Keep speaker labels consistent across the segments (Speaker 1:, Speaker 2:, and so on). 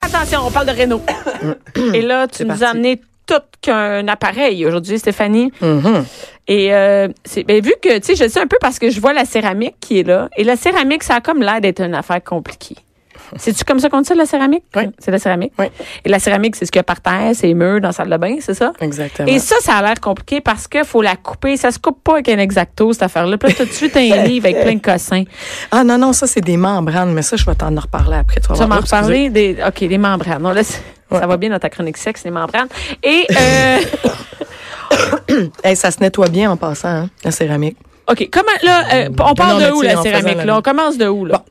Speaker 1: attention, on parle de Renault. Et là, tu
Speaker 2: C'est
Speaker 1: nous
Speaker 2: parti.
Speaker 1: as amené tout qu'un appareil aujourd'hui, Stéphanie.
Speaker 2: Mhm.
Speaker 1: Et euh, c'est ben, vu que, tu sais, je le sais un peu parce que je vois la céramique qui est là. Et la céramique, ça a comme l'air d'être une affaire compliquée. C'est-tu comme ça qu'on dit ça, la céramique?
Speaker 2: Oui.
Speaker 1: C'est la céramique.
Speaker 2: Oui.
Speaker 1: Et la céramique, c'est ce qu'il y a par terre, c'est les murs dans la salle de bain, c'est ça?
Speaker 2: Exactement.
Speaker 1: Et ça, ça a l'air compliqué parce que faut la couper. Ça se coupe pas avec un exacto, cette affaire-là. Puis là, tout de suite, un livre avec plein de cossins.
Speaker 2: Ah non, non, ça, c'est des membranes, mais ça, je vais t'en reparler après. Tu vas
Speaker 1: Tu vas
Speaker 2: voir.
Speaker 1: m'en
Speaker 2: Oh, excusez.
Speaker 1: reparler des. OK, les membranes. Non, là, c'est- ça
Speaker 2: Ouais.
Speaker 1: va bien dans ta chronique sexe, les membranes. Et. euh,
Speaker 2: Hey, ça se nettoie bien en passant, hein, la céramique.
Speaker 1: OK, comment. Là, euh, on
Speaker 2: Non,
Speaker 1: part
Speaker 2: mais
Speaker 1: de où,
Speaker 2: tu sais,
Speaker 1: la
Speaker 2: en faisant
Speaker 1: céramique,
Speaker 2: la-
Speaker 1: là? On commence de où, là?
Speaker 2: Bon,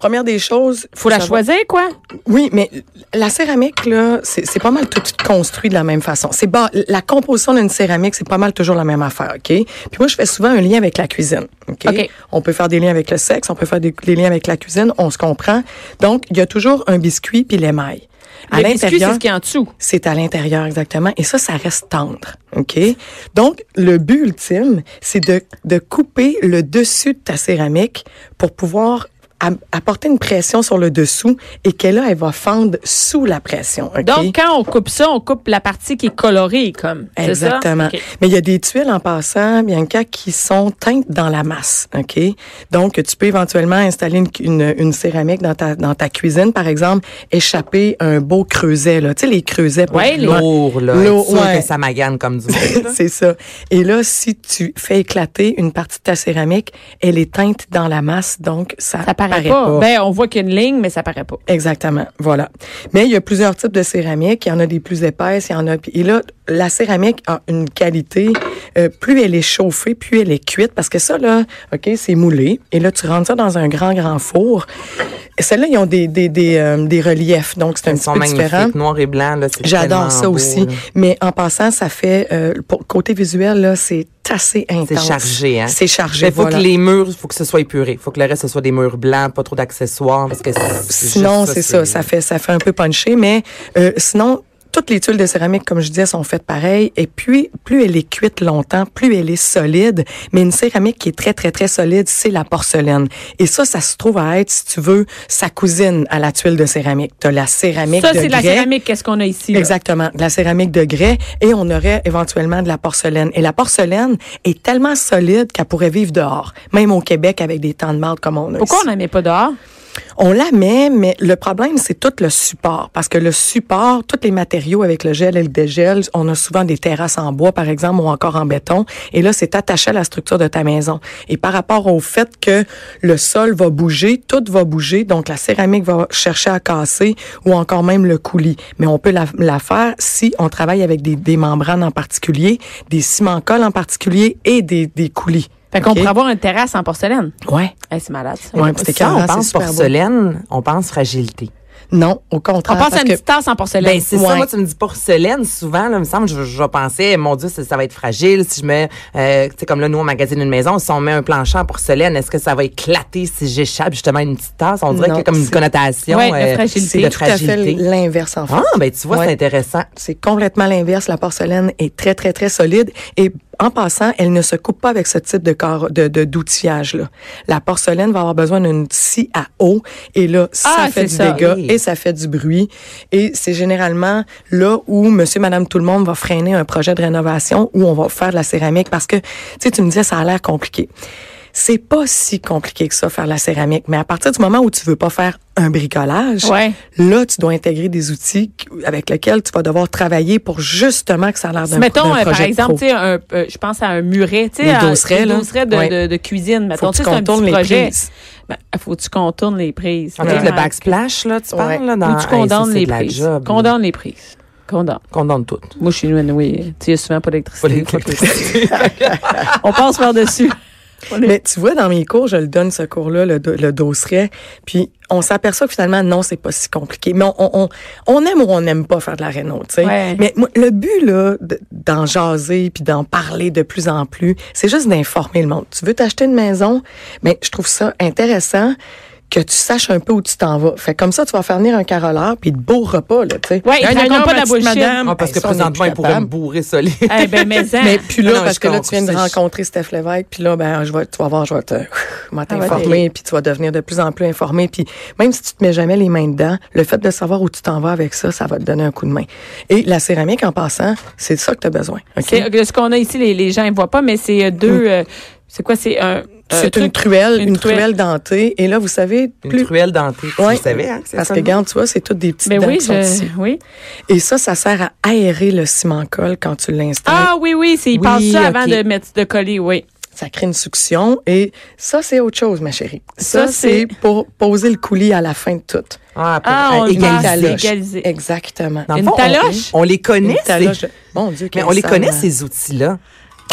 Speaker 2: Première des choses,
Speaker 1: Faut la choisir, quoi?
Speaker 2: Oui, mais la céramique, là, c'est c'est pas mal tout construit de la même façon. C'est bas, la composition d'une céramique, c'est pas mal toujours la même affaire, OK? Puis moi, je fais souvent un lien avec la cuisine, OK?
Speaker 1: OK.
Speaker 2: On peut faire des liens avec le sexe, on peut faire des, des liens avec la cuisine, on se comprend. Donc, il y a toujours un biscuit puis l'émail. À
Speaker 1: le biscuit, c'est
Speaker 2: l'intérieur,
Speaker 1: ce qui est en dessous.
Speaker 2: c'est à l'intérieur exactement, et ça, ça reste tendre, ok Donc, le but ultime, c'est de, de couper le dessus de ta céramique pour pouvoir am- apporter une pression sur le dessous et qu'elle là, elle va fendre sous la pression, ok
Speaker 1: Donc, quand on coupe ça, on coupe la partie qui est colorée, comme. c'est ça?
Speaker 2: Exactement.
Speaker 1: OK.
Speaker 2: Mais il y a des tuiles en passant, Bianca, qui sont teintes dans la masse, OK? Donc, tu peux éventuellement installer une, une, une céramique dans ta, dans ta cuisine, par exemple, échapper un beau creuset, là. Tu sais, les creusets pour
Speaker 1: Ouais, les-
Speaker 2: loin.
Speaker 3: Lourd, là.
Speaker 2: Lourd,
Speaker 3: Être sûr
Speaker 2: ouais.
Speaker 3: que ça magane comme du monde. là.
Speaker 2: C'est ça. Et là, si tu fais éclater une partie de ta céramique, elle est teinte dans la masse, donc ça,
Speaker 1: Ça paraît pas. Ben, on voit qu'il y a une ligne, mais ça paraît pas.
Speaker 2: Exactement, voilà. Mais il y a plusieurs types de céramique. Il y en a des plus épaisses, il y en a... Et là, la céramique a une qualité. euh, plus elle est chauffée, plus elle est cuite. Parce que ça, là, OK, c'est moulé. Et là, tu rentres ça dans un grand, grand four. Celles-là, ils ont des, des, des, euh, des reliefs. Donc, c'est un
Speaker 3: Ils
Speaker 2: petit
Speaker 3: sont
Speaker 2: peu différent.
Speaker 3: magnifiques, noir et blanc. là, c'est tellement
Speaker 2: J'adore ça
Speaker 3: beau,
Speaker 2: aussi.
Speaker 3: là.
Speaker 2: Mais en passant, ça fait euh, pour- côté visuel là, c'est assez intense.
Speaker 3: C'est chargé, hein?
Speaker 2: C'est chargé.
Speaker 3: Il faut
Speaker 2: voilà.
Speaker 3: que les murs, faut que ce soit épuré. faut que le reste, ce soit des murs blancs, pas trop d'accessoires. Parce que
Speaker 2: Sinon, c'est ça, ça fait ça fait un peu punché, mais euh, sinon. Toutes les tuiles de céramique, comme je disais, sont faites pareil. Et puis, plus elle est cuite longtemps, plus elle est solide. Mais une céramique qui est très, très, très solide, c'est la porcelaine. Et ça, ça se trouve à être, si tu veux, sa cousine à la tuile de céramique. T'as la céramique
Speaker 1: Ça,
Speaker 2: de
Speaker 1: c'est de la
Speaker 2: grès.
Speaker 1: céramique, qu'est-ce qu'on a ici? là?
Speaker 2: Exactement, de la céramique de grès et on aurait éventuellement de la porcelaine. Et la porcelaine est tellement solide qu'elle pourrait vivre dehors, même au Québec avec des temps de marde comme on a.
Speaker 1: Pourquoi on
Speaker 2: ici.
Speaker 1: n'en met pas dehors?
Speaker 2: on, la met, mais le problème c'est tout le support parce que le support, tous les matériaux avec le gel et le dégel, on a souvent des terrasses en bois par exemple ou encore en béton et là c'est attaché à la structure de ta maison. Et par rapport au fait que le sol va bouger, tout va bouger, donc la céramique va chercher à casser ou encore même le coulis. Mais on peut la, la faire si on travaille avec des, des membranes en particulier, des ciments colles en particulier et des, des coulis.
Speaker 1: Fait qu'on
Speaker 2: OK?
Speaker 1: pourrait avoir une terrasse en porcelaine.
Speaker 2: Ouais.
Speaker 1: Hey, c'est hein, malade, ça.
Speaker 2: Ouais, puis c'est
Speaker 3: Quand on
Speaker 2: écœurant,
Speaker 3: pense
Speaker 2: hein, c'est super beau.
Speaker 3: porcelaine, on pense fragilité.
Speaker 2: Non, au
Speaker 1: On
Speaker 2: contraire.
Speaker 1: passe à
Speaker 2: parce
Speaker 1: une
Speaker 2: que-
Speaker 1: petite tasse en porcelaine.
Speaker 3: Ben, c'est
Speaker 2: Ouais.
Speaker 3: ça. Moi, tu me dis porcelaine, souvent, là, il me semble, je, je pensais, mon Dieu, ça, ça va être fragile. Si je mets, euh, tu sais, comme là, nous, on magasine une maison, si on met un plancher en porcelaine, est-ce que ça va éclater si j'échappe justement une petite tasse? On dirait
Speaker 2: Non,
Speaker 3: qu'il y a comme une
Speaker 2: c'est-
Speaker 3: connotation
Speaker 1: Ouais, de
Speaker 3: euh,
Speaker 1: fragilité.
Speaker 2: C'est
Speaker 3: de
Speaker 2: tout à fait
Speaker 3: fragilité.
Speaker 2: l'inverse en fait.
Speaker 3: Ah, ben tu vois,
Speaker 2: Ouais.
Speaker 3: c'est intéressant.
Speaker 2: C'est complètement l'inverse. La porcelaine est très, très, très solide. Et en passant, elle ne se coupe pas avec ce type de corps, de, de- d'outillage-là. La porcelaine va avoir besoin d'une scie à eau. Et là, ça
Speaker 1: Ah,
Speaker 2: fait
Speaker 1: c'est
Speaker 2: du
Speaker 1: ça.
Speaker 2: dégât
Speaker 3: Oui.
Speaker 2: et ça fait du bruit. Et c'est généralement là où monsieur, madame, tout le monde va freiner un projet de rénovation où on va faire de la céramique parce que, tu sais, tu me disais, ça a l'air compliqué. C'est pas si compliqué que ça, faire de la céramique. Mais à partir du moment où tu veux pas faire un bricolage,
Speaker 1: Ouais.
Speaker 2: Là, tu dois intégrer des outils qui- avec lesquels tu vas devoir travailler pour justement que ça a l'air d'un
Speaker 1: Mettons,
Speaker 2: d'un
Speaker 1: euh, par
Speaker 2: projet de
Speaker 1: exemple,
Speaker 2: pro.
Speaker 1: tu sais, un- euh, je pense à un muret, tu sais,
Speaker 2: Une
Speaker 1: un-
Speaker 2: dosseraie,
Speaker 1: une
Speaker 2: là.
Speaker 1: dosseraie de,
Speaker 2: Ouais.
Speaker 1: de- de cuisine. Mettons,
Speaker 2: faut que
Speaker 1: tu
Speaker 2: tu
Speaker 1: sais, c'est un
Speaker 2: contournes
Speaker 1: petit
Speaker 2: les
Speaker 1: projet.
Speaker 2: prises. Ah,
Speaker 1: Ben, faut que tu contournes les prises.
Speaker 3: En tout
Speaker 1: Vraiment.
Speaker 3: le backsplash, là, tu
Speaker 2: Ouais.
Speaker 3: parles, là, dans
Speaker 1: Ou tu
Speaker 3: Hey,
Speaker 1: condamnes
Speaker 3: ça, c'est
Speaker 1: les
Speaker 3: de la
Speaker 1: prises.
Speaker 3: job, là.
Speaker 1: Condamne les prises. Condamne.
Speaker 3: Condamne tout.
Speaker 1: Moi, je suis une oui. Tu sais, souvent pas d'électricité.
Speaker 3: Pas l'électricité.
Speaker 1: On passe par-dessus.
Speaker 2: Mais tu vois, dans mes cours, je le donne ce cours-là, le, do- le dosseret, puis on s'aperçoit que finalement, non, c'est pas si compliqué. Mais on, on, on- on aime ou on n'aime pas faire de la réno, tu sais.
Speaker 1: Ouais.
Speaker 2: Mais moi, le but, là, de- d'en jaser puis d'en parler de plus en Ben, plus, c'est juste d'informer le monde. Tu veux t'acheter une maison? mais je trouve ça intéressant que tu saches un peu où tu t'en vas. Fait comme ça, tu vas faire venir un caroleur puis de beaux repas, là, tu sais.
Speaker 1: Ouais, ils
Speaker 2: Hey,
Speaker 1: te racontent
Speaker 2: non,
Speaker 1: pas
Speaker 2: ma
Speaker 1: de la
Speaker 2: petite
Speaker 1: bullshit.
Speaker 2: madame.
Speaker 3: Ah, parce
Speaker 2: Hey,
Speaker 3: que
Speaker 2: ça, on est
Speaker 3: présentement,
Speaker 2: plus
Speaker 3: ils pourraient me
Speaker 2: capable.
Speaker 3: bourrer solide.
Speaker 1: Eh ben, mais ça.
Speaker 2: Mais puis
Speaker 3: Ah
Speaker 2: là,
Speaker 3: non,
Speaker 2: parce
Speaker 3: je
Speaker 2: que là,
Speaker 3: comprends,
Speaker 2: tu viens de
Speaker 3: c'est-
Speaker 2: rencontrer Steph Lévesque, puis là, ben, je vais, tu vas voir, je vais te- je vais t'informer, puis tu vas devenir de plus en plus informé. Puis même si tu te mets jamais les mains dedans, le fait de savoir où tu t'en vas avec ça, ça va te donner un coup de main. Et la céramique, en passant, c'est ça que tu as besoin. OK? Mm.
Speaker 1: C'est- euh, ce qu'on a ici, les, les gens ne voient pas, mais c'est euh, deux. euh, c'est quoi? C'est un. euh,
Speaker 2: C'est
Speaker 1: truc-
Speaker 2: une truelle,
Speaker 1: une
Speaker 2: une,
Speaker 1: truelle.
Speaker 2: truelle. dentée. Et là, vous savez,
Speaker 3: Une
Speaker 2: plus...
Speaker 3: truelle dentée.
Speaker 2: Ouais.
Speaker 3: Tu savais, hein, que c'est
Speaker 2: Parce
Speaker 3: ça,
Speaker 2: que,
Speaker 3: non?
Speaker 2: regarde, tu vois, c'est toutes des petites
Speaker 1: Ben
Speaker 2: dents
Speaker 1: oui,
Speaker 2: qui sont
Speaker 1: je-
Speaker 2: ici.
Speaker 1: oui.
Speaker 2: Et ça, ça sert à aérer le ciment-colle quand tu l'installes.
Speaker 1: Ah oui, oui, c'est, ils
Speaker 3: Oui,
Speaker 1: passent ça avant
Speaker 3: ok.
Speaker 1: de mettre de coller, oui.
Speaker 2: ça crée une succion et ça c'est autre chose ma chérie. Ça,
Speaker 1: Ça, c'est-
Speaker 2: c'est pour poser le coulis à la fin de tout.
Speaker 3: Ah, pour-
Speaker 1: Ah, on
Speaker 3: euh,
Speaker 1: le
Speaker 2: Égaliser.
Speaker 1: passe,
Speaker 3: égaliser.
Speaker 1: c'est égalisé.
Speaker 2: Exactement.
Speaker 3: Dans le
Speaker 1: Une
Speaker 3: fond, on-
Speaker 1: taloche?
Speaker 3: On, les connaît,
Speaker 2: Une
Speaker 3: ces-
Speaker 2: taloche de- Mon Dieu,
Speaker 3: mais
Speaker 2: qu'elle
Speaker 3: on les
Speaker 2: sale,
Speaker 3: connaît,
Speaker 2: hein.
Speaker 3: ces outils-là.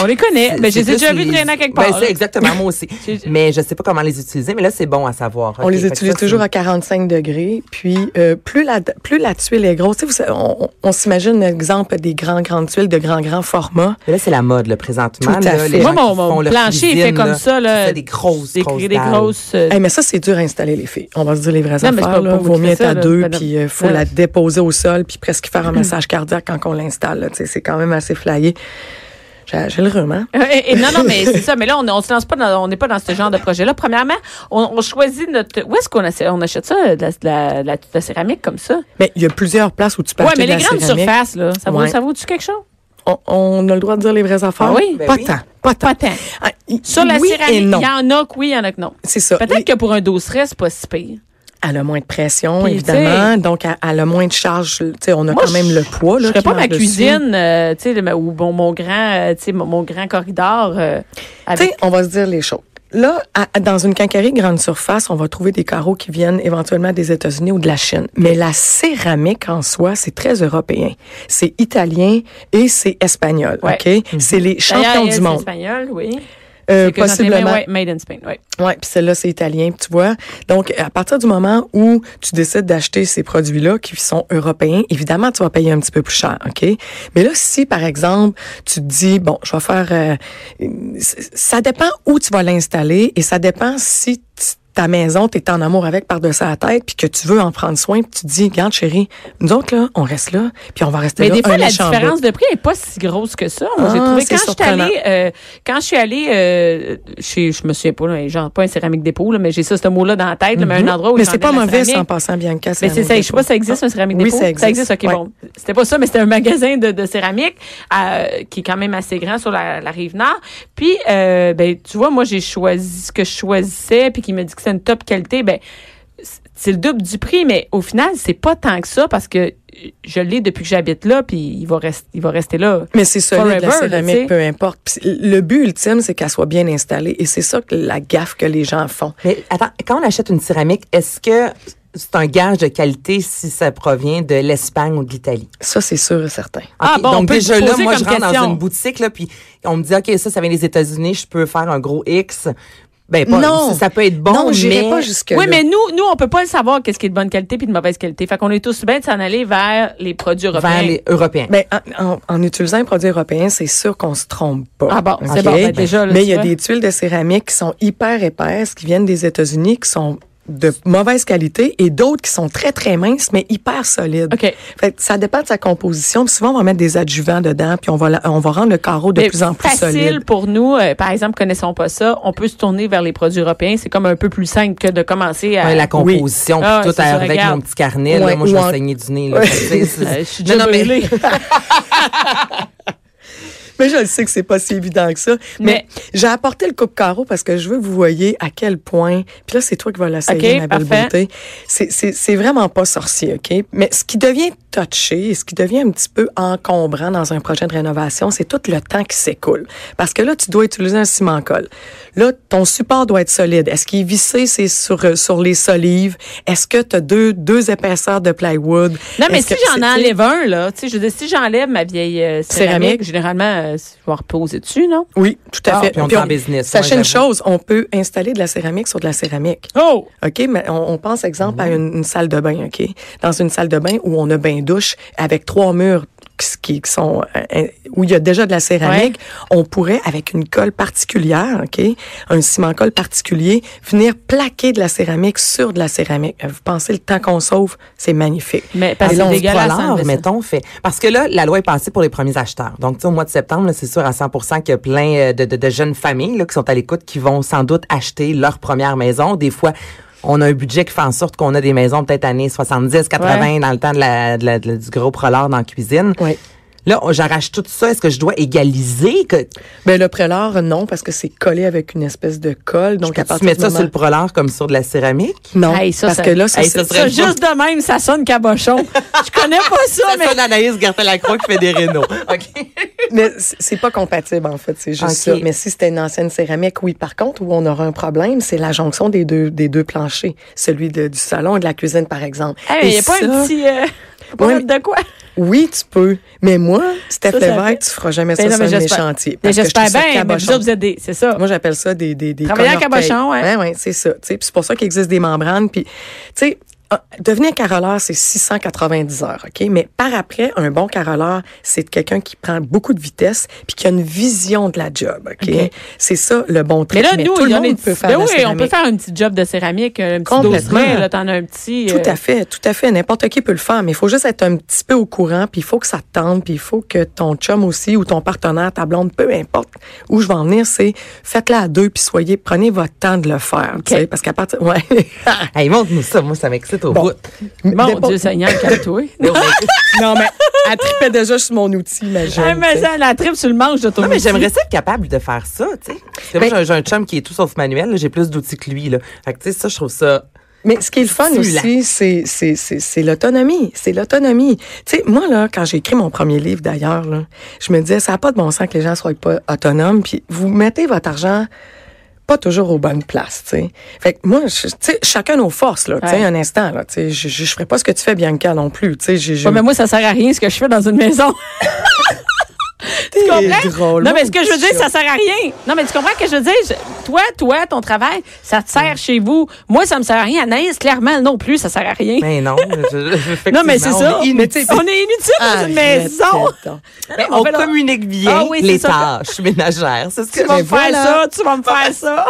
Speaker 1: On les connaît.
Speaker 3: C'est-
Speaker 1: Mais Eh, ben, j'ai
Speaker 3: c'est
Speaker 1: déjà
Speaker 3: juste
Speaker 1: vu
Speaker 3: les-
Speaker 1: traîner à quelque
Speaker 3: Ben,
Speaker 1: part.
Speaker 3: c'est exactement, moi aussi. mais je sais pas comment les utiliser, mais là, c'est bon à savoir.
Speaker 2: On
Speaker 3: Ok,
Speaker 2: les
Speaker 3: fait que
Speaker 2: utilise
Speaker 3: ça,
Speaker 2: toujours
Speaker 3: c'est-
Speaker 2: à 45 degrés. Puis euh, plus la plus la tuile est grosse, tu sais, vous savez, on, on- on s'imagine l'exemple des grands grandes tuiles de grand grand format.
Speaker 3: Mais là, c'est la mode, là, présentement.
Speaker 2: Tout à
Speaker 3: là,
Speaker 2: fait.
Speaker 3: les gens
Speaker 1: Moi,
Speaker 3: qui
Speaker 1: mon,
Speaker 3: font
Speaker 1: mon
Speaker 3: leur
Speaker 1: plancher, il
Speaker 3: cuisine,
Speaker 1: fait comme ça. Là,
Speaker 3: C'est des grosses,
Speaker 1: des,
Speaker 3: grosses
Speaker 1: des
Speaker 3: dalles.
Speaker 1: grosses. euh,
Speaker 2: Eh, mais ça c'est dur à installer les filles. On va se dire les vraies
Speaker 1: Non, mais c'est pas-
Speaker 2: affaires là.
Speaker 1: pas vous
Speaker 2: Vaut
Speaker 1: qui
Speaker 2: mieux
Speaker 1: faites
Speaker 2: être à
Speaker 1: ça, là,
Speaker 2: deux
Speaker 1: madame.
Speaker 2: puis euh, faut
Speaker 1: Non.
Speaker 2: la déposer au sol puis presque faire un massage cardiaque quand on l'installe. là. Tu sais, c'est quand même assez flyé. J'ai j'ai le rhume. hein.
Speaker 1: euh, et, et non, non, mais c'est ça. Mais là, on, on se lance pas dans, on n'est pas dans ce genre de projet-là. Premièrement, on, on choisit notre. Où est-ce qu'on achète, on achète ça, euh, de la, de la- de la- de la céramique comme ça?
Speaker 2: Mais il y a plusieurs places où tu peux
Speaker 1: Ouais,
Speaker 2: acheter
Speaker 1: mais
Speaker 2: de
Speaker 1: les
Speaker 2: la
Speaker 1: grandes
Speaker 2: céramique.
Speaker 1: surfaces, là, ça vaut,
Speaker 2: Ouais.
Speaker 1: ça vaut-tu quelque chose?
Speaker 2: On, on a le droit de dire les vraies affaires.
Speaker 1: Ah oui?
Speaker 3: Ben
Speaker 2: pas
Speaker 3: oui.
Speaker 2: tant. Pas tant.
Speaker 1: Pas tant.
Speaker 2: Ah, y-
Speaker 1: Sur la
Speaker 2: oui
Speaker 1: céramique,
Speaker 2: et
Speaker 1: il
Speaker 2: non.
Speaker 1: y en a que oui, il y en a que non.
Speaker 2: C'est ça.
Speaker 1: Peut-être
Speaker 2: Oui,
Speaker 1: que pour un dosseret, c'est pas si pire.
Speaker 2: Elle a moins de pression,
Speaker 1: Puis,
Speaker 2: évidemment. Donc, elle, elle a moins de charge. Tu sais, on a
Speaker 1: Moi,
Speaker 2: quand même
Speaker 1: je-
Speaker 2: le poids.
Speaker 1: Je
Speaker 2: Là,
Speaker 1: ferais
Speaker 2: qui
Speaker 1: pas ma
Speaker 2: marche dessus.
Speaker 1: cuisine, euh, tu sais, le- ou bon, mon grand, euh, tu sais, mon, mon grand corridor. euh,
Speaker 2: Tu
Speaker 1: avec,
Speaker 2: sais, on va se dire les choses. Là, à- à- dans une quincaillerie grande surface, on va trouver des carreaux qui viennent éventuellement des États-Unis ou de la Chine. Mais la céramique en soi, c'est très européen. C'est italien et c'est espagnol.
Speaker 1: Ouais. Mhm.
Speaker 2: OK? C'est les
Speaker 1: D'ailleurs,
Speaker 2: champions
Speaker 1: elle,
Speaker 2: du
Speaker 1: c'est
Speaker 2: monde.
Speaker 1: espagnol, oui.
Speaker 2: Euh,
Speaker 1: C'est que j'entendais,
Speaker 2: possiblement.
Speaker 1: ouais, made in Spain, oui.
Speaker 2: Ouais, puis celle-là c'est italien, tu vois. Donc à partir du moment où tu décides d'acheter ces produits-là qui sont européens, évidemment tu vas payer un petit peu plus cher, OK Mais là si par exemple, tu te dis bon, je vais faire euh, une- c- ça dépend où tu vas l'installer et ça dépend si t- ta maison, tu es en amour avec par-dessus la tête, puis que tu veux en prendre soin, puis tu te dis, regarde chérie, nous autres, là, on reste là, puis on va rester
Speaker 1: Mais
Speaker 2: là
Speaker 1: des fois,
Speaker 2: un
Speaker 1: la
Speaker 2: méchant bout.
Speaker 1: différence de prix n'est pas si grosse que ça. Moi, j'ai
Speaker 2: Ah,
Speaker 1: trouvé
Speaker 2: c'est
Speaker 1: quand je suis
Speaker 2: surprenant.
Speaker 1: allée, euh, quand je suis allée euh, chez, je me souviens pas, là, genre pas un céramique dépôt, là, mais j'ai ça, ce mot-là dans la tête, là, mais un endroit où
Speaker 2: Mm-hmm. Mais
Speaker 1: ils
Speaker 2: c'est pas
Speaker 1: vendaient de la
Speaker 2: mauvais ça, en
Speaker 1: céramique.
Speaker 2: passant, Bianca.
Speaker 1: Mais c'est ça, je sais pas si ça existe un céramique
Speaker 2: Oui,
Speaker 1: dépôt.
Speaker 2: ça existe.
Speaker 1: ok,
Speaker 2: Ouais.
Speaker 1: bon. C'était pas ça, mais c'était un magasin de, de céramique euh, qui est quand même assez grand sur la, la rive nord. Puis, euh, ben, tu vois, moi, j'ai choisi ce que je choisissais, puis qui me dit que c'est une top qualité, ben, c'est- c'est le double du prix, mais au final, c'est pas tant que ça parce que je l'ai depuis que j'habite là, puis il va, rester il va rester là.
Speaker 2: Mais c'est solide,
Speaker 1: Forever, là,
Speaker 2: la
Speaker 1: tu sais.
Speaker 2: céramique, peu importe. Puis le but ultime, c'est qu'elle soit bien installée. Et c'est ça que la gaffe que les gens font.
Speaker 3: Mais attends, quand on achète une céramique, est-ce que c'est un gage de qualité si ça provient de l'Espagne ou de l'Italie?
Speaker 2: Ça, c'est sûr et certain.
Speaker 1: Ah,
Speaker 3: OK,
Speaker 1: bon, on
Speaker 3: donc
Speaker 1: peut
Speaker 3: déjà
Speaker 1: le
Speaker 3: là,
Speaker 1: poser
Speaker 3: moi,
Speaker 1: comme
Speaker 3: je rentre
Speaker 1: question.
Speaker 3: dans une boutique, là, puis on me dit, OK, ça, ça vient des États-Unis, je peux faire un gros X. Ben, pas,
Speaker 2: Non.
Speaker 3: ça peut être bon,
Speaker 2: non, j'irai
Speaker 3: mais-
Speaker 2: pas jusque
Speaker 1: Oui, mais nous, nous, on peut pas le savoir qu'est-ce qui est de bonne qualité puis de mauvaise qualité. Fait qu'on est tous bien de s'en aller vers les produits européens.
Speaker 3: vers les Européens.
Speaker 2: Ben, en, en- en utilisant un produit européen, c'est sûr qu'on se trompe pas.
Speaker 1: Ah bon, c'est
Speaker 2: OK?
Speaker 1: bon, ben déjà, là,
Speaker 2: mais
Speaker 1: tu
Speaker 2: il y a
Speaker 1: vois.
Speaker 2: des tuiles de céramique qui sont hyper épaisses, qui viennent des États-Unis, qui sont de mauvaise qualité, et d'autres qui sont très, très minces, mais hyper solides.
Speaker 1: OK.
Speaker 2: Fait que ça dépend de sa composition. Puis souvent, on va mettre des adjuvants dedans, puis on va, la- on va rendre le carreau de
Speaker 1: Mais
Speaker 2: plus en plus
Speaker 1: facile
Speaker 2: solide.
Speaker 1: pour nous. euh, par exemple, connaissons pas ça. On peut se tourner vers les produits européens. C'est comme un peu plus simple que de commencer à. euh,
Speaker 3: Ouais, la composition,
Speaker 1: Oui.
Speaker 3: puis
Speaker 1: Ah,
Speaker 3: tout
Speaker 1: c'est ça,
Speaker 3: avec
Speaker 1: regarde.
Speaker 3: mon petit carnet. là,
Speaker 2: Ouais,
Speaker 3: moi, je
Speaker 2: ou
Speaker 3: vais
Speaker 2: en-
Speaker 3: saigner du nez. Là,
Speaker 2: Ouais.
Speaker 3: Fait que, tu sais,
Speaker 1: Euh, je
Speaker 3: c'est-
Speaker 1: suis déjà brûlée.
Speaker 2: Mais je le sais que c'est pas si évident que ça. Mais, j'ai apporté le coupe carreau parce que je veux que vous voyez à quel point. Puis là, c'est toi qui vas l'essayer,
Speaker 1: Ok,
Speaker 2: ma belle
Speaker 1: parfait.
Speaker 2: beauté. C'est- C'est c'est vraiment pas sorcier, OK? Mais ce qui devient touché, et ce qui devient un petit peu encombrant dans un projet de rénovation, c'est tout le temps qui s'écoule. Parce que là, tu dois utiliser un ciment-colle. Là, ton support doit être solide. Est-ce qu'il est vissé, c'est sur, euh, sur les solives? Est-ce que tu as deux, deux épaisseurs de plywood?
Speaker 1: Non, mais
Speaker 2: Est-ce
Speaker 1: si
Speaker 2: que
Speaker 1: j'en
Speaker 2: c'est-
Speaker 1: enlève un, là, tu sais, je veux dire, si j'enlève ma vieille euh, céramique,
Speaker 2: Céramique.
Speaker 1: généralement, euh, je vais reposer dessus, non?
Speaker 2: Oui, tout à
Speaker 3: Ah,
Speaker 2: fait.
Speaker 3: puis on est en business,
Speaker 2: Sachez
Speaker 3: ouais,
Speaker 2: une
Speaker 3: j'avoue.
Speaker 2: chose, on peut installer de la céramique sur de la céramique.
Speaker 1: Oh!
Speaker 2: OK, mais on, on pense
Speaker 3: Mmh.
Speaker 2: exemple à une, une salle de bain, OK? Dans une salle de bain où on a bain douche avec trois murs qui, qui sont euh, où il y a déjà de la céramique, on pourrait avec une colle particulière, ok, un ciment colle particulier, venir plaquer de la céramique sur de la céramique. Euh, Vous pensez le temps qu'on sauve, c'est magnifique.
Speaker 1: Mais parce
Speaker 3: Et
Speaker 1: que
Speaker 3: là,
Speaker 1: c'est
Speaker 3: on se
Speaker 1: dégueulasse. hein,
Speaker 3: colore,
Speaker 1: mais ça.
Speaker 3: mettons, fait. Parce que là, la loi est passée pour les premiers acheteurs. Donc, tu sais, au mois de septembre, là, c'est sûr à 100 qu'il y a plein euh, de, de- de jeunes familles là, qui sont à l'écoute, qui vont sans doute acheter leur première maison. Des fois, on a un budget qui fait en sorte qu'on a des maisons peut-être années 70, 80, dans le temps de la, de la- de la- du gros prolard dans la cuisine.
Speaker 2: Oui.
Speaker 3: Là, on- j'arrache tout ça. Est-ce que je dois égaliser? Que,
Speaker 2: Ben le prélard, non, parce que c'est collé avec une espèce de colle, donc à
Speaker 3: tu
Speaker 2: partir
Speaker 3: mets
Speaker 2: du
Speaker 3: ça
Speaker 2: moment-
Speaker 3: sur le prolard comme sur de la céramique?
Speaker 2: non,
Speaker 1: Hey, ça,
Speaker 2: parce
Speaker 1: ça-
Speaker 2: que là, ça,
Speaker 3: Hey,
Speaker 2: c'est-
Speaker 3: ça serait-
Speaker 1: Ça, juste de même, ça sonne cabochon. Je connais pas ça, mais.
Speaker 3: C'est Anaïs Gertin-Lacroix qui fait des rénaux. OK.
Speaker 2: Mais c- c'est pas compatible, en fait. C'est juste
Speaker 3: Ok.
Speaker 2: ça. Mais si c'était une ancienne céramique, oui. Par contre, où on aura un problème, c'est la jonction des deux, des deux planchers. Celui de- du salon et de la cuisine, par exemple.
Speaker 1: Hey, mais
Speaker 2: Et
Speaker 1: y a pas
Speaker 2: ça,
Speaker 1: un petit. euh, faut pas
Speaker 2: Ouais,
Speaker 1: mettre de quoi?
Speaker 2: Oui, tu peux. Mais moi, Steph
Speaker 1: Ça, ça
Speaker 2: Lévesque,
Speaker 1: fait-
Speaker 2: tu feras jamais
Speaker 1: Ben
Speaker 2: ça
Speaker 1: non,
Speaker 2: sur
Speaker 1: mais
Speaker 2: un de mes
Speaker 1: j'espère-
Speaker 2: chantiers.
Speaker 1: Mais
Speaker 2: parce que je
Speaker 1: j'espère
Speaker 2: trouve ça
Speaker 1: bien, mais vous
Speaker 2: cabochon.
Speaker 1: autres, vous êtes des. C'est ça.
Speaker 2: Moi, j'appelle ça des des des
Speaker 1: Travailler à
Speaker 2: colles-orteils.
Speaker 1: cabochon, ouais.
Speaker 2: Ouais, ouais, c'est ça. Tu sais, puis c'est pour ça qu'il existe des membranes. Puis, tu sais, ah, devenir caroleur, c'est 690 heures, ok. Mais par après, un bon caroleur, c'est quelqu'un qui prend beaucoup de vitesse puis qui a une vision de la job, ok. C'est ça le bon
Speaker 1: Mais
Speaker 2: truc.
Speaker 1: là, nous,
Speaker 2: tout
Speaker 1: il
Speaker 2: le
Speaker 1: y en a des
Speaker 2: monde peut
Speaker 1: petits-
Speaker 2: faire.
Speaker 1: Ben
Speaker 2: de la
Speaker 1: oui, on peut
Speaker 2: céramique.
Speaker 1: faire un petit job de céramique, euh, un petit
Speaker 2: Complètement.
Speaker 1: dossier, là, t'en as un petit. euh,
Speaker 2: Tout à fait, tout à fait. N'importe qui peut le faire, mais il faut juste être un petit peu au courant, puis il faut que ça te tente, puis il faut que ton chum aussi ou ton partenaire, ta blonde, peu importe où je vais en venir, c'est faites-la à deux, puis soyez, prenez votre temps de le faire, tu sais, parce qu'à partir, ouais.
Speaker 3: Hey, montre-nous ça. Moi, ça m'excite au
Speaker 2: Bon.
Speaker 3: bout.
Speaker 1: Mon
Speaker 2: N'importe-
Speaker 1: Dieu Seigneur, calme-toi.
Speaker 3: Non, mais-
Speaker 2: Non mais, elle tripait déjà sur mon outil, imagine.
Speaker 1: Hey, mais
Speaker 2: tu sais.
Speaker 1: ça, la tripe sur le manche de ton
Speaker 3: Non, mais
Speaker 1: outil.
Speaker 3: j'aimerais ça être capable de faire ça, tu sais. Parce que moi,
Speaker 2: Ben-
Speaker 3: j'ai un- j'ai un chum qui est tout sauf manuel, là, j'ai plus d'outils que lui, là. Fait que, tu sais, ça, je trouve ça. Ben
Speaker 2: Mais ce qui est le fun
Speaker 3: Celui-là.
Speaker 2: aussi, c'est c'est c'est c'est l'autonomie, c'est l'autonomie. Tu sais, moi là, quand j'ai écrit mon premier livre d'ailleurs là, je me disais ça a pas de bon sens que les gens soient pas autonomes. Puis vous mettez votre argent pas toujours aux bonnes places, tu sais. Fait que moi, je- tu sais, chacun nos forces là. Tu sais,
Speaker 1: Ouais.
Speaker 2: un instant là, tu sais, je, je je ferai pas ce que tu fais Bianca non plus. Tu sais, j'ai j'ai-
Speaker 1: Ouais, mais moi, ça sert à rien ce que je fais dans une maison. tu
Speaker 2: T'es
Speaker 1: comprends?
Speaker 2: drôle,
Speaker 1: non,
Speaker 2: mon
Speaker 1: mais ce que je veux dire,
Speaker 2: chat.
Speaker 1: ça sert à rien. Non, mais tu comprends ce que je veux dire? Je- Toi, toi, ton travail, ça te sert chez vous. Moi, ça me sert à rien. Anaïs, clairement, non plus, ça sert à rien.
Speaker 3: Mais non. je- je-
Speaker 1: non, mais c'est
Speaker 3: effectivement,
Speaker 1: ça.
Speaker 3: on est
Speaker 1: Mais tu sais,
Speaker 3: inutile.
Speaker 1: On est inutile dans
Speaker 2: Arrête
Speaker 1: une maison.
Speaker 2: donc.
Speaker 3: Mais
Speaker 1: on
Speaker 3: on
Speaker 1: fait la-
Speaker 3: communique bien
Speaker 1: Ah oui, c'est
Speaker 3: les
Speaker 1: ça.
Speaker 3: tâches ménagères. C'est ce que
Speaker 1: Tu vas
Speaker 3: je
Speaker 1: me faire
Speaker 2: voilà.
Speaker 1: ça, tu vas me faire ça.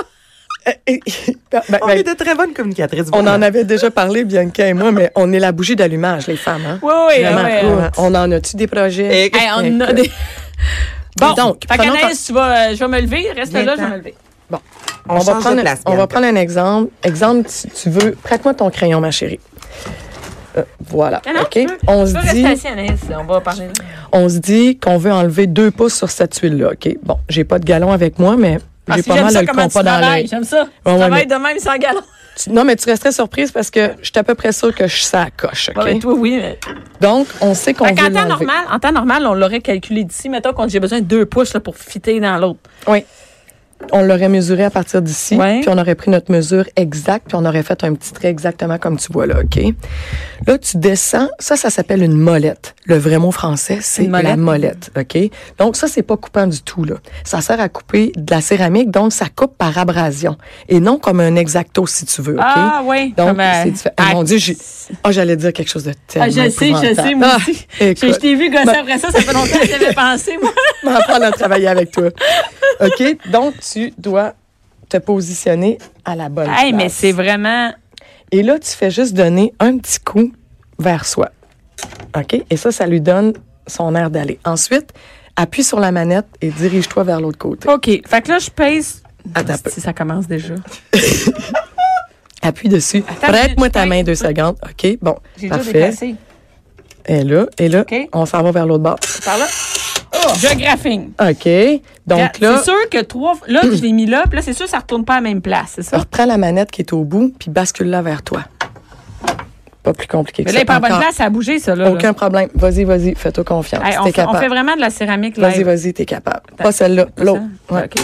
Speaker 2: Ben, ben,
Speaker 3: On est de très bonnes communicatrices.
Speaker 2: On
Speaker 3: voilà.
Speaker 2: en avait déjà parlé, Bianca et moi, mais on est la bougie d'allumage, les femmes. Hein?
Speaker 1: Oui, oui,
Speaker 2: Vraiment,
Speaker 1: oui.
Speaker 2: vraiment. On en a-tu des projets?
Speaker 3: Et-
Speaker 1: Hey, on a
Speaker 2: Écoute.
Speaker 1: des... Bon,
Speaker 2: donc,
Speaker 1: donc, fait
Speaker 2: prenons
Speaker 1: qu'Anaïs, tu vas, euh, je vais me lever, reste là, je vais me lever.
Speaker 2: Bon.
Speaker 3: On
Speaker 2: va,
Speaker 3: change de
Speaker 2: prendre, un-
Speaker 3: place,
Speaker 2: on va
Speaker 3: Bianca.
Speaker 2: prendre un exemple. Exemple, tu, tu veux. Prête-moi ton crayon, ma chérie. Euh, voilà.
Speaker 1: Ah non,
Speaker 2: OK?
Speaker 1: tu peux-
Speaker 2: On
Speaker 1: tu
Speaker 2: se
Speaker 1: peux
Speaker 2: dit.
Speaker 1: rester assis, Anaïs, on va parler. là.
Speaker 2: on se dit qu'on veut enlever deux pouces sur cette tuile-là. OK? Bon, j'ai pas de galon avec moi, mais
Speaker 1: Ah,
Speaker 2: j'ai
Speaker 1: si,
Speaker 2: pas
Speaker 1: j'aime
Speaker 2: mal
Speaker 1: ça
Speaker 2: le
Speaker 1: comment tu
Speaker 2: compas dans
Speaker 1: travailles,
Speaker 2: l'œil.
Speaker 1: J'aime ça.
Speaker 2: Ouais,
Speaker 1: tu
Speaker 2: ouais,
Speaker 1: travailles de même sans galon.
Speaker 2: Tu- Non, mais tu resterais surprise parce que je suis à peu près sûre que je suis ça à coche. OK?
Speaker 1: Ouais, toi, oui. Mais...
Speaker 2: Donc, on sait qu'on
Speaker 1: Fait qu'en
Speaker 2: veut
Speaker 1: temps,
Speaker 2: l'enlever.
Speaker 1: normal, en temps normal, on l'aurait calculé d'ici. Mettons qu'on j'ai besoin de deux pouces là, pour fitter dans l'autre.
Speaker 2: Oui. On l'aurait mesuré à partir d'ici,
Speaker 1: Ouais.
Speaker 2: puis on aurait pris notre mesure exacte, puis on aurait fait un petit trait exactement comme tu vois là, OK? Là, tu descends, ça, ça s'appelle une molette. Le vrai mot français, c'est
Speaker 1: Une molette.
Speaker 2: la molette, OK? Donc, ça, c'est pas coupant du tout, là. Ça sert à couper de la céramique, donc ça coupe par abrasion, et non comme un exacto, si tu veux, OK?
Speaker 1: Ah, oui.
Speaker 2: Donc,
Speaker 1: Comme, euh,
Speaker 2: c'est différent. Ah,
Speaker 1: ah,
Speaker 2: mon Dieu, j'ai- ah, j'allais dire quelque chose de tellement
Speaker 1: Ah, je sais, je sais,
Speaker 2: épouvantable.
Speaker 1: moi
Speaker 2: Ah, Bah-
Speaker 1: aussi.
Speaker 2: écoute.
Speaker 1: je je t'ai vu gosser après ça, ça fait longtemps que j'avais pensé, moi.
Speaker 2: m'en apprendre à travailler avec toi. OK? Donc, tu dois te positionner à la bonne
Speaker 1: Hey, mais
Speaker 2: place.
Speaker 1: c'est vraiment.
Speaker 2: Et là, tu fais juste donner un petit coup vers soi. OK? Et ça, ça lui donne son air d'aller. Ensuite, appuie sur la manette et dirige-toi vers l'autre côté.
Speaker 1: OK. Fait que là, je pèse.
Speaker 2: Attends un peu.
Speaker 1: Si ça commence déjà.
Speaker 2: Appuie dessus.
Speaker 1: Attends,
Speaker 2: Prête-moi
Speaker 1: je-
Speaker 2: ta main
Speaker 1: ouais.
Speaker 2: deux secondes. OK? Bon.
Speaker 1: J'ai déjà
Speaker 2: Parfait.
Speaker 1: déplacé.
Speaker 2: Et là, et là,
Speaker 1: OK.
Speaker 2: on s'en va vers l'autre bord.
Speaker 1: Par là. Je graphine.
Speaker 2: OK? Oh. Donc
Speaker 1: Regarde,
Speaker 2: là,
Speaker 1: C'est sûr que trois. Là, je l'ai mis là, puis là, c'est sûr que ça retourne pas à la même place, c'est ça?
Speaker 2: reprends la manette qui est au bout puis bascule-la vers toi. Pas plus compliqué que
Speaker 1: Mais
Speaker 2: ça.
Speaker 1: là, il est pas en bonne
Speaker 2: Encore.
Speaker 1: place, ça a bougé, ça, là. là.
Speaker 2: Aucun problème. Vas-y, vas-y, fais-toi confiance.
Speaker 1: Hey, on,
Speaker 2: t'es
Speaker 1: fait, on
Speaker 2: capable.
Speaker 1: fait vraiment de la céramique là.
Speaker 2: Vas-y, vas-y, t'es capable. Pas celle-là, l'autre. Ouais.
Speaker 1: OK.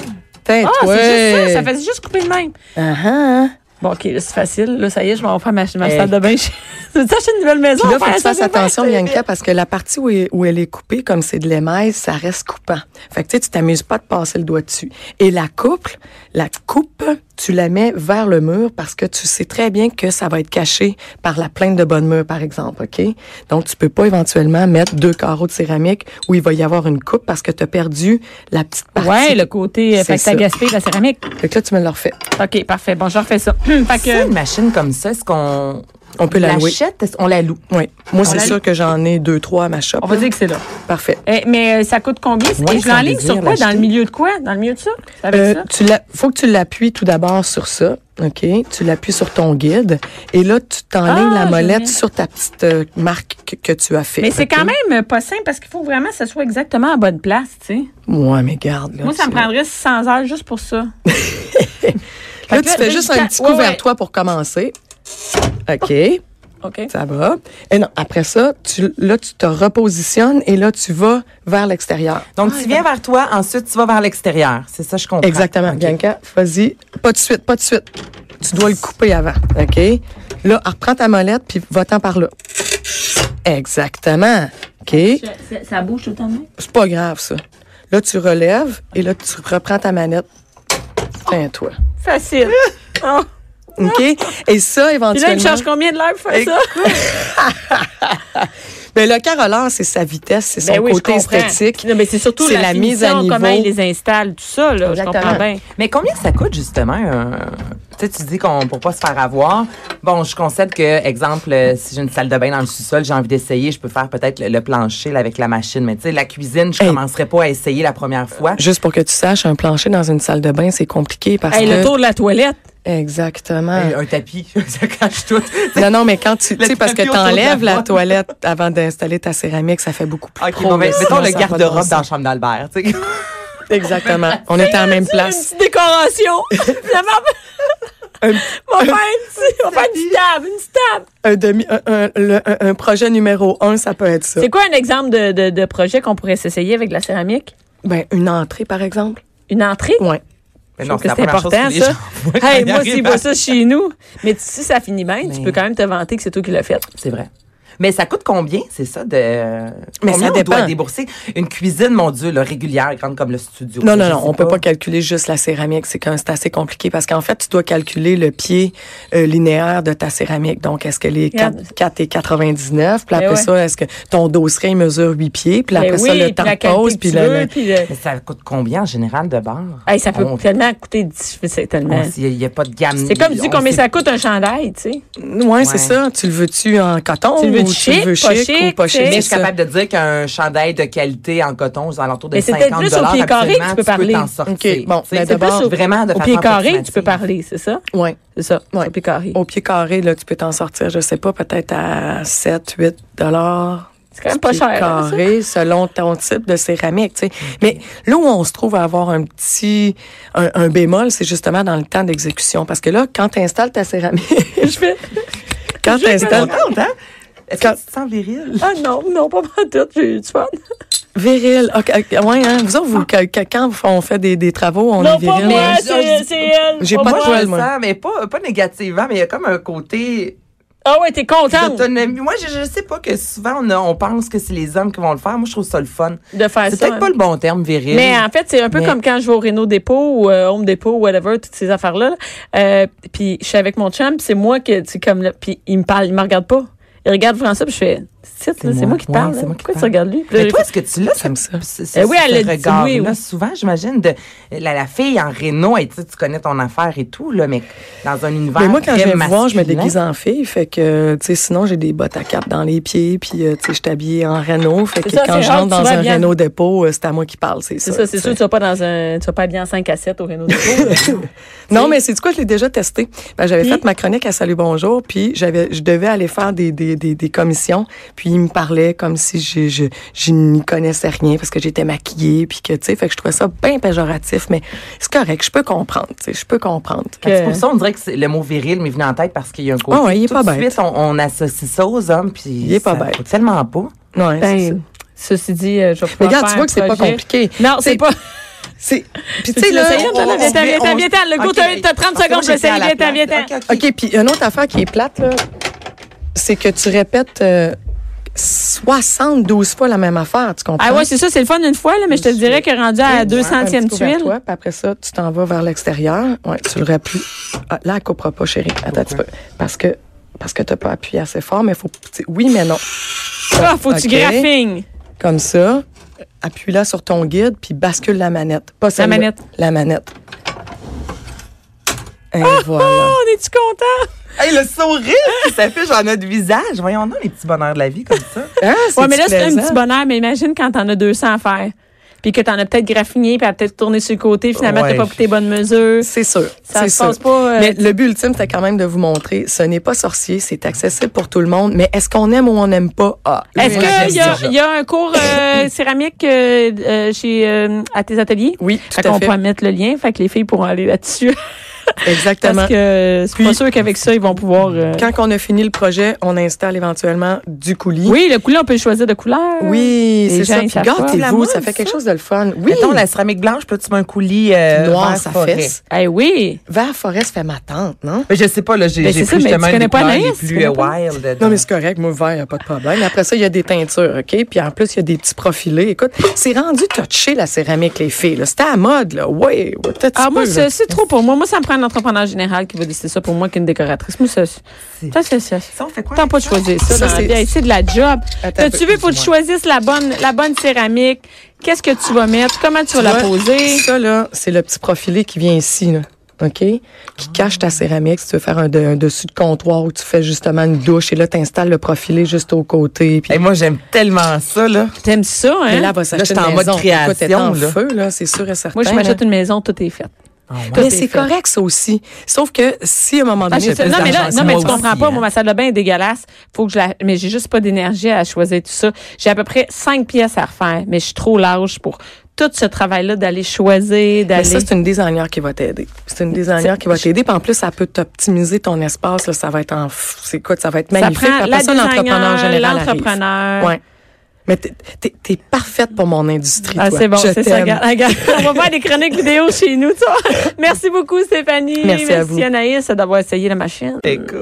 Speaker 2: Tête,
Speaker 1: Ah, c'est
Speaker 2: ouais.
Speaker 1: juste ça. Ça faisait juste couper le même.
Speaker 2: Ah, ah.
Speaker 1: Bon, OK, là, c'est facile. Là, ça y est, je vais en faire ma, ma
Speaker 2: Hey.
Speaker 1: salle de bain. Tu veux t'acheter une nouvelle maison?
Speaker 2: Eh. Puis là,
Speaker 1: on
Speaker 2: faut
Speaker 1: va
Speaker 2: que tu
Speaker 1: faire
Speaker 2: fasses
Speaker 1: ça, c'est
Speaker 2: attention,
Speaker 1: bien.
Speaker 2: Bianca, parce que la partie où, est- où elle est coupée, comme c'est de l'émail, ça reste coupant. Fait que tu sais, tu t'amuses pas de passer le doigt dessus. Et la couple, la coupe, tu la mets vers le mur parce que tu sais très bien que ça va être caché par la plainte de bonne mur, par exemple, OK? Donc, tu peux pas éventuellement mettre deux carreaux de céramique où il va y avoir une coupe parce que tu as perdu la petite partie.
Speaker 1: Ouais, le côté, euh, fait
Speaker 2: C'est
Speaker 1: que t'as
Speaker 2: ça.
Speaker 1: gaspillé de la céramique.
Speaker 2: Fait que là, tu me le refais.
Speaker 1: OK, parfait. Bon, je refais ça. fait
Speaker 3: Ça,
Speaker 1: que,
Speaker 3: une machine comme ça, est-ce qu'on
Speaker 2: On peut la louer.
Speaker 3: l'achète? Est-ce- On la loue.
Speaker 2: Oui. Moi, c'est
Speaker 1: la-
Speaker 2: sûr que j'en ai deux, trois à ma shop.
Speaker 1: on va
Speaker 2: là.
Speaker 1: dire que c'est là.
Speaker 2: Parfait.
Speaker 1: Eh, mais euh, ça coûte combien?
Speaker 3: Ouais,
Speaker 1: Et je
Speaker 3: ça veut
Speaker 1: l'enligne
Speaker 3: dire
Speaker 1: sur quoi? Dans
Speaker 3: l'acheter.
Speaker 1: le milieu de quoi? Dans le milieu de ça? C'est avec
Speaker 2: Euh,
Speaker 1: ça?
Speaker 2: tu la- faut que tu l'appuies tout d'abord sur ça, OK? Tu l'appuies sur ton guide et là, tu t'enlignes
Speaker 1: Ah,
Speaker 2: la
Speaker 1: génial.
Speaker 2: molette sur ta petite euh, marque que, que tu as fait.
Speaker 1: Mais c'est
Speaker 2: OK?
Speaker 1: quand même euh, pas simple parce qu'il faut vraiment que ça soit exactement à bonne place, tu sais.
Speaker 2: Ouais, mais garde. Là,
Speaker 1: Moi, ça
Speaker 2: tu-
Speaker 1: me prendrait 600 heures juste pour ça.
Speaker 2: Là,
Speaker 1: Fait
Speaker 2: tu
Speaker 1: que là,
Speaker 2: fais
Speaker 1: dès
Speaker 2: juste
Speaker 1: que
Speaker 2: un
Speaker 1: t'as-
Speaker 2: petit
Speaker 1: ouais,
Speaker 2: coup vers
Speaker 1: ouais.
Speaker 2: toi pour commencer. OK,
Speaker 1: OK.
Speaker 2: ça va. Et non, après ça, tu, là, tu te repositionnes et là, tu vas vers l'extérieur.
Speaker 3: Donc, tu viens vers toi, ensuite, tu vas vers l'extérieur. C'est ça, je comprends.
Speaker 2: Exactement.
Speaker 3: Ok.
Speaker 2: Bianca, vas-y. Pas de suite, pas de suite. Tu dois le couper avant. OK? Là, reprends ta molette puis va-t'en par là. Exactement. OK?
Speaker 1: Ça bouge tout le temps,
Speaker 2: C'est pas grave, ça. Là, tu relèves et là, tu reprends ta manette. Tiens-toi.
Speaker 1: Facile.
Speaker 2: Ah,
Speaker 1: Oh.
Speaker 2: OK? Et
Speaker 1: Puis
Speaker 2: ça,
Speaker 1: là, il me
Speaker 2: éventuellement.
Speaker 1: charge combien de l'heure pour faire ça?
Speaker 2: Mais ben, le caroleur, c'est sa vitesse, c'est son
Speaker 1: Ben oui, je
Speaker 2: côté
Speaker 1: comprends.
Speaker 2: esthétique.
Speaker 1: Non, mais c'est surtout
Speaker 2: c'est
Speaker 1: la,
Speaker 2: la mise
Speaker 1: finition,
Speaker 2: à niveau.
Speaker 1: comment ils les installent, tout ça, là. Je
Speaker 2: Exactement.
Speaker 1: comprends bien.
Speaker 3: Mais combien ça coûte, justement, un- Tu sais, tu dis qu'on pour pas se faire avoir. Bon, je concède que, exemple, euh, si j'ai une salle de bain dans le sous-sol, j'ai envie d'essayer, je peux faire peut-être le, le plancher là, avec la machine. Mais tu sais, la cuisine, je
Speaker 2: Hey.
Speaker 3: commencerai pas à essayer la première fois.
Speaker 2: Juste pour que tu saches, un plancher dans une salle de bain, c'est compliqué parce
Speaker 1: Hey,
Speaker 2: que.
Speaker 1: le tour de la toilette.
Speaker 2: Exactement.
Speaker 3: Hey, Un tapis, ça cache tout.
Speaker 2: Non, non, mais quand tu, tu sais, parce que
Speaker 3: tapis autour de la
Speaker 2: t'enlèves la
Speaker 3: boîte.
Speaker 2: toilette avant d'installer ta céramique, ça fait beaucoup plus
Speaker 3: OK,
Speaker 2: pro,
Speaker 3: bon, ben,
Speaker 2: là,
Speaker 3: mettons
Speaker 2: sinon,
Speaker 3: le
Speaker 2: ça a pas de bon
Speaker 3: garde-robe
Speaker 2: sens.
Speaker 3: dans la chambre d'Albert. tu sais.
Speaker 2: Exactement. On est en même place.
Speaker 1: Une petite décoration. Finalement, on va faire une petite- on va faire une petite table, une petite table.
Speaker 2: Un, demi, un, un- le- un- un projet numéro un, ça peut être ça.
Speaker 1: C'est quoi un exemple de, de, de projet qu'on pourrait s'essayer avec de la céramique?
Speaker 2: Ben, une entrée, par exemple.
Speaker 1: Une entrée?
Speaker 2: Ouais.
Speaker 3: Mais
Speaker 1: Je
Speaker 3: non,
Speaker 1: trouve que
Speaker 3: la
Speaker 1: c'est
Speaker 3: première chose
Speaker 1: important,
Speaker 3: que les
Speaker 1: ça.
Speaker 3: gens voient quand
Speaker 1: Hey,
Speaker 3: ils
Speaker 1: moi,
Speaker 3: arrivent
Speaker 1: s'il
Speaker 3: à-
Speaker 1: voit ça chez nous. Mais tu- si ça finit bien, tu
Speaker 3: Mais-
Speaker 1: peux quand même te vanter que c'est toi qui l'as fait.
Speaker 3: C'est vrai. Mais ça coûte combien, c'est ça, de.
Speaker 2: Mais
Speaker 3: combien
Speaker 2: ça
Speaker 3: on doit
Speaker 2: dépend.
Speaker 3: débourser une cuisine, mon Dieu, là, régulière, grande comme le studio.
Speaker 2: Non,
Speaker 3: ça,
Speaker 2: non,
Speaker 3: je
Speaker 2: non,
Speaker 3: sais
Speaker 2: on peut pas calculer juste la céramique. C'est quand c'est assez compliqué parce qu'en fait, tu dois calculer le pied euh, linéaire de ta céramique. Donc, est-ce que les
Speaker 1: Regarde.
Speaker 2: 4, 4 et 99? Puis
Speaker 1: Mais
Speaker 2: après
Speaker 1: ouais.
Speaker 2: ça, est-ce que ton dosseret il mesure 8 pieds? Puis après
Speaker 1: Ben
Speaker 2: ça,
Speaker 1: oui,
Speaker 2: le
Speaker 1: puis
Speaker 2: temps
Speaker 1: la
Speaker 2: de
Speaker 1: qualité
Speaker 2: pause.
Speaker 1: que
Speaker 2: Puis
Speaker 1: tu
Speaker 2: le-
Speaker 1: veux,
Speaker 2: le-
Speaker 1: puis le-
Speaker 3: Mais ça coûte combien en général de bar?
Speaker 1: Hey, ça peut
Speaker 3: On-
Speaker 1: tellement coûter difficile, tellement.
Speaker 3: on- Il n'y a pas de gamme.
Speaker 1: C'est comme tu
Speaker 3: on
Speaker 1: combien
Speaker 3: sait-
Speaker 1: ça coûte un chandail, tu sais.
Speaker 2: Ouais, c'est ça. Tu le veux-tu en coton?
Speaker 1: Tu le veux
Speaker 2: ou
Speaker 1: chic,
Speaker 2: tu le veux
Speaker 1: pas
Speaker 2: chic,
Speaker 1: chic,
Speaker 2: ou pas
Speaker 1: tu
Speaker 2: chic?
Speaker 1: sais.
Speaker 3: Mais
Speaker 2: c'est
Speaker 3: je suis
Speaker 2: ça.
Speaker 3: capable de dire qu'un chandail de qualité en coton, aux alentours de
Speaker 1: Mais c'est
Speaker 3: 50
Speaker 1: peut-être juste au pied carré que tu peux
Speaker 3: absolument,
Speaker 1: parler. ben,
Speaker 3: t'en sortir.
Speaker 2: OK, bon,
Speaker 3: Tu sais,
Speaker 2: mais
Speaker 3: c'est
Speaker 2: d'abord,
Speaker 3: plus vraiment de
Speaker 1: Au
Speaker 3: façon
Speaker 1: pied carré, tu
Speaker 3: approximative.
Speaker 1: peux parler, c'est ça?
Speaker 2: Ouais.
Speaker 1: C'est ça,
Speaker 2: Ouais.
Speaker 1: au pied carré.
Speaker 2: Au pied carré, là, tu peux t'en sortir, je sais pas, peut-être à 7, 8 dollars.
Speaker 1: C'est quand même pas
Speaker 2: pied
Speaker 1: cher. hein, ça? Mm-hmm.
Speaker 2: carré selon ton type de céramique. tu sais. Mais là où on se trouve à avoir un petit un, un bémol, c'est justement dans le temps d'exécution. Parce que là, quand tu installes ta céramique,
Speaker 1: Je fais,
Speaker 2: quand tu installes...
Speaker 3: Contente, hein? Est-ce
Speaker 2: Quand-
Speaker 3: que tu te sens viril?
Speaker 1: ah non, non, pas pour tout, j'ai eu du fun.
Speaker 2: Viril, ok, ok, ouais, hein, vous autres, vous, que- que- quand on fait des, des travaux, on est
Speaker 1: Ah. non, pas
Speaker 2: viril. hein?
Speaker 1: moi,
Speaker 2: Mais-
Speaker 1: c'est c'est elle.
Speaker 2: J'ai pas de
Speaker 1: moi.
Speaker 2: poils.
Speaker 3: je le
Speaker 2: moi.
Speaker 3: sens, mais pas, pas négativement, mais il y a comme un côté
Speaker 1: Ah ouais, t'es contente
Speaker 3: d'autonomie. Moi, je, je sais pas que souvent, on, a- on pense que c'est les hommes qui vont le faire. Moi, je trouve ça le fun.
Speaker 1: de faire
Speaker 3: C'est
Speaker 1: ça.
Speaker 3: peut-être
Speaker 1: hein.
Speaker 3: pas le bon terme, viril.
Speaker 1: Mais en fait, c'est un peu
Speaker 3: Mais-
Speaker 1: comme quand je vais au Renault Dépôt ou euh, Home Dépôt, whatever, toutes ces affaires-là. Euh, puis je suis avec mon chum, puis c'est moi que tu sais, comme là, puis il me parle, il me regarde pas. Il regarde François, puis je fais, c'est c'est
Speaker 3: moi.
Speaker 1: moi, qui te
Speaker 3: Ouais,
Speaker 1: parle.
Speaker 3: c'est
Speaker 1: là.
Speaker 3: moi qui te
Speaker 1: Pourquoi tu
Speaker 3: parle.
Speaker 1: regardes lui? Puis là,
Speaker 2: Ben,
Speaker 3: Mais
Speaker 1: j'ai
Speaker 3: toi, est-ce que tu l'as,
Speaker 2: J'aime ça.
Speaker 3: ce,
Speaker 1: Eh oui, elle l'a dit,
Speaker 3: regard
Speaker 1: oui, oui.
Speaker 3: souvent, j'imagine, de la, la fille en réno, et tu sais, tu connais ton affaire et tout, là, mais dans un univers.
Speaker 2: Mais moi, quand
Speaker 3: très
Speaker 2: je vais vous voir, je me
Speaker 3: masculin.
Speaker 2: déguise en fille. Fait que, tu sais, sinon, j'ai des bottes à cap dans les pieds. Puis, euh, tu sais, je suis habillée en Renault. Fait que
Speaker 1: C'est ça,
Speaker 2: quand
Speaker 1: c'est
Speaker 2: je
Speaker 1: rare
Speaker 2: rentre
Speaker 1: que tu
Speaker 2: dans
Speaker 1: vas
Speaker 2: un
Speaker 1: bien.
Speaker 2: Renault dépôt, euh, c'est à moi qui parle, c'est
Speaker 1: C'est
Speaker 2: ça.
Speaker 1: ça, c'est
Speaker 2: tu
Speaker 1: sûr,
Speaker 2: sais.
Speaker 1: tu vas pas dans un, tu vas pas habiller en 5 à 7 au Renault Dépôt.
Speaker 2: Non,
Speaker 1: sais. Hmm.
Speaker 2: mais c'est quoi, je l'ai déjà testé. Ben, j'avais fait ma chronique à Salut Bonjour, puis j'avais, je devais aller faire des, des, des, des commissions, puis ils me parlaient comme si je, je, je n'y connaissais rien parce que j'étais maquillée, puis que, tu sais, fait que je trouvais ça bien péjoratif, mais c'est correct, je peux comprendre, tu sais, je peux comprendre.
Speaker 3: Fait que C'est pour ça, on dirait que c'est- le mot viril m'est venu en tête parce qu'il y a un côté.
Speaker 2: Ah ouais, il est
Speaker 3: tout
Speaker 2: pas
Speaker 3: de
Speaker 2: bête.
Speaker 3: suite, on, on associe ça aux hommes, puis.
Speaker 2: Il est pas
Speaker 3: ça
Speaker 2: bête.
Speaker 3: coûte tellement pas.
Speaker 2: Ouais, c'est ça.
Speaker 1: Ben, ceci dit, euh, je vais
Speaker 2: Mais
Speaker 1: pouvoir
Speaker 2: regarde,
Speaker 1: faire
Speaker 2: tu vois
Speaker 1: un
Speaker 2: que c'est pas
Speaker 1: projet.
Speaker 2: compliqué.
Speaker 1: Non, c'est pas.
Speaker 2: C'est, puis tu
Speaker 1: Tu
Speaker 2: sais, là,
Speaker 1: l'essayes,
Speaker 2: on-
Speaker 1: viens, viens,
Speaker 2: on-
Speaker 1: viens,
Speaker 3: on-
Speaker 1: viens, viens, le
Speaker 3: OK,
Speaker 1: goût, t'as- t'as 30
Speaker 3: OK,
Speaker 1: secondes,
Speaker 3: moi, j'étais à
Speaker 1: j'essaye,
Speaker 3: la
Speaker 1: viens, t'en, viens,
Speaker 3: place.
Speaker 1: t'en.
Speaker 3: OK, OK.
Speaker 2: OK, puis une autre affaire qui est plate, là, c'est que tu répètes, euh, 72 fois la même affaire, tu comprends?
Speaker 1: Ah ouais, c'est ça, c'est le fun une fois, là, mais je te dirais que rendu à la
Speaker 2: Ouais, un petit
Speaker 1: 200e
Speaker 2: coup vers
Speaker 1: tuile.
Speaker 2: toi, puis après ça, tu t'en vas vers l'extérieur. Ouais, tu le rappuies. Ah, là, elle coupera pas, chérie. Attends un petit peu. Parce que, parce que t'as pas appuyé assez fort, mais faut, tu sais, oui, mais non.
Speaker 1: Ah, faut que tu
Speaker 2: Ok.
Speaker 1: graffines.
Speaker 2: Comme ça, appuie-la sur ton guide, puis bascule la manette. Pas celle-là,
Speaker 1: manette.
Speaker 2: La manette. Et voilà.
Speaker 1: Oh, on est-tu content?
Speaker 3: Hey, le sourire qui s'affiche en notre visage. Voyons donc les petits bonheurs de la vie comme ça.
Speaker 2: Hein,
Speaker 1: Ouais, mais là, c'est un
Speaker 2: plaisant?
Speaker 1: petit bonheur, mais imagine quand t'en as 200 à faire. Puis que t'en as peut-être graffiné, puis elle a peut-être tourné sur le côté, finalement,
Speaker 3: Ouais.
Speaker 1: t'as pas pris tes bonnes mesures.
Speaker 2: C'est sûr.
Speaker 1: Ça
Speaker 2: c'est
Speaker 1: se
Speaker 2: sûr.
Speaker 1: passe pas, euh,
Speaker 2: mais le but ultime, c'est quand même de vous montrer, ce n'est pas sorcier, c'est accessible pour tout le monde. Mais est-ce qu'on aime ou on n'aime pas? Ah,
Speaker 1: Est-ce
Speaker 2: oui,
Speaker 1: qu'il y, a-
Speaker 2: j'aime ça.
Speaker 1: y a un cours euh, céramique euh, euh, chez, euh, à tes ateliers?
Speaker 2: Oui,
Speaker 1: Fait
Speaker 2: tout à
Speaker 1: qu'on
Speaker 2: fait.
Speaker 1: pourra mettre le lien, fait que les filles pourront aller là-dessus.
Speaker 2: Exactement.
Speaker 1: Parce que euh, c'est pas sûr qu'avec ça, ils vont pouvoir. euh,
Speaker 2: Quand on a fini le projet, on installe éventuellement du coulis.
Speaker 1: Oui, le coulis, on peut choisir de couleur.
Speaker 2: Oui,
Speaker 1: Les
Speaker 2: c'est ça.
Speaker 1: gens, ils
Speaker 2: Puis
Speaker 1: savent pas.
Speaker 3: La
Speaker 2: gâtez-vous,
Speaker 3: mode,
Speaker 2: ça fait quelque
Speaker 3: ça.
Speaker 2: chose de le fun. Oui,
Speaker 3: Mettons la céramique blanche, peux-tu mets un coulis euh,
Speaker 2: noir,
Speaker 3: vert
Speaker 2: ça
Speaker 3: forêt.
Speaker 2: fesse.
Speaker 1: Eh oui.
Speaker 2: Vert forêt, ça fait ma tante, non?
Speaker 3: Mais je sais pas, là, j'ai
Speaker 1: Ben,
Speaker 3: j'ai
Speaker 1: c'est ça, mais
Speaker 3: pris justement
Speaker 1: tu
Speaker 3: une
Speaker 1: connais
Speaker 3: des
Speaker 1: pas
Speaker 3: couleurs
Speaker 1: Anaïs,
Speaker 3: les
Speaker 1: tu
Speaker 3: plus
Speaker 1: connais
Speaker 3: euh,
Speaker 1: pas?
Speaker 3: wild.
Speaker 2: Non, mais c'est correct, moi, vert, il a pas de problème. Après ça, il y a des teintures, OK? Puis en plus, il y a des petits profilés. Écoute, c'est rendu touché, la céramique, les filles. là. C'était à mode, là. Oui, ouais, peut-être
Speaker 1: Ah,
Speaker 2: tu
Speaker 1: moi,
Speaker 2: peux,
Speaker 1: c'est
Speaker 2: là.
Speaker 1: c'est trop pour moi. Moi, ça me prend un entrepreneur général qui va décider ça pour moi qu'une décoratrice. Moi, ça, ça, ça, ça, ça.
Speaker 3: Ça, on fait quoi
Speaker 1: T'as
Speaker 3: avec
Speaker 1: pas de
Speaker 3: ça?
Speaker 1: choisir ça,
Speaker 2: Ça,
Speaker 1: dans la
Speaker 2: c'est-
Speaker 1: vie. Hey, C'est de la job.
Speaker 2: Attends un
Speaker 1: T'as-tu
Speaker 2: peu,
Speaker 1: vu, faut que tu choisisses la bonne, la bonne céramique. Qu'est-ce que tu vas mettre? Comment tu vas la
Speaker 2: Ouais,
Speaker 1: poser?
Speaker 2: Ça, là, c'est le petit profilé qui vient ici, là. OK? Qui
Speaker 1: Ah.
Speaker 2: cache ta céramique. Si tu veux faire un, de- un dessus de comptoir où tu fais justement une douche et là, tu installes le profilé juste au côté. Puis
Speaker 3: Hey, moi, j'aime tellement ça, là.
Speaker 1: T'aimes ça, hein?
Speaker 2: Mais là, elle va s'acheter
Speaker 3: Là, j'étais
Speaker 2: une
Speaker 3: en mode
Speaker 2: maison. Écoute, elle est en
Speaker 3: création, là.
Speaker 2: feu, là, c'est sûr et certain.
Speaker 1: moi, je m'achète une maison, tout est fait. Tout
Speaker 2: Mais
Speaker 1: est
Speaker 2: c'est
Speaker 1: fait.
Speaker 2: correct, ça aussi. Sauf que si à un moment
Speaker 1: Ah,
Speaker 2: donné,
Speaker 1: c'est ça.
Speaker 2: j'ai
Speaker 1: non,
Speaker 2: plus
Speaker 1: mais là,
Speaker 2: d'argent,
Speaker 1: non, mais
Speaker 2: moi
Speaker 1: tu
Speaker 2: aussi,
Speaker 1: comprends pas.
Speaker 3: hein.
Speaker 1: Moi, ma salle de bain est dégueulasse. Faut que je la, mais j'ai juste pas d'énergie à choisir tout ça. J'ai à peu près cinq pièces à refaire, mais je suis trop large pour tout ce travail-là d'aller choisir,
Speaker 2: Mais
Speaker 1: d'aller.
Speaker 2: ben, ça, c'est une designer qui va t'aider. C'est une designer qui va t'aider. Puis en plus, ça peut t'optimiser ton espace. Là, ça va être en, f- c'est quoi, ça va être magnifique.
Speaker 1: Ça prend
Speaker 2: Puis
Speaker 1: la
Speaker 2: après ça, l'entrepreneur
Speaker 1: designer,
Speaker 2: général arrive.
Speaker 1: l'entrepreneur.
Speaker 2: Ouais. Mais t'es, t'es- t'es parfaite pour mon industrie.
Speaker 1: Ah,
Speaker 2: toi.
Speaker 1: c'est bon,
Speaker 2: Je
Speaker 1: c'est ça.
Speaker 2: t'aime.
Speaker 1: regarde, regarde. On va faire des chroniques vidéo chez nous, toi. Merci beaucoup, Stéphanie.
Speaker 2: Merci à vous.
Speaker 1: Anaïs d'avoir essayé la machine.
Speaker 3: Écoute.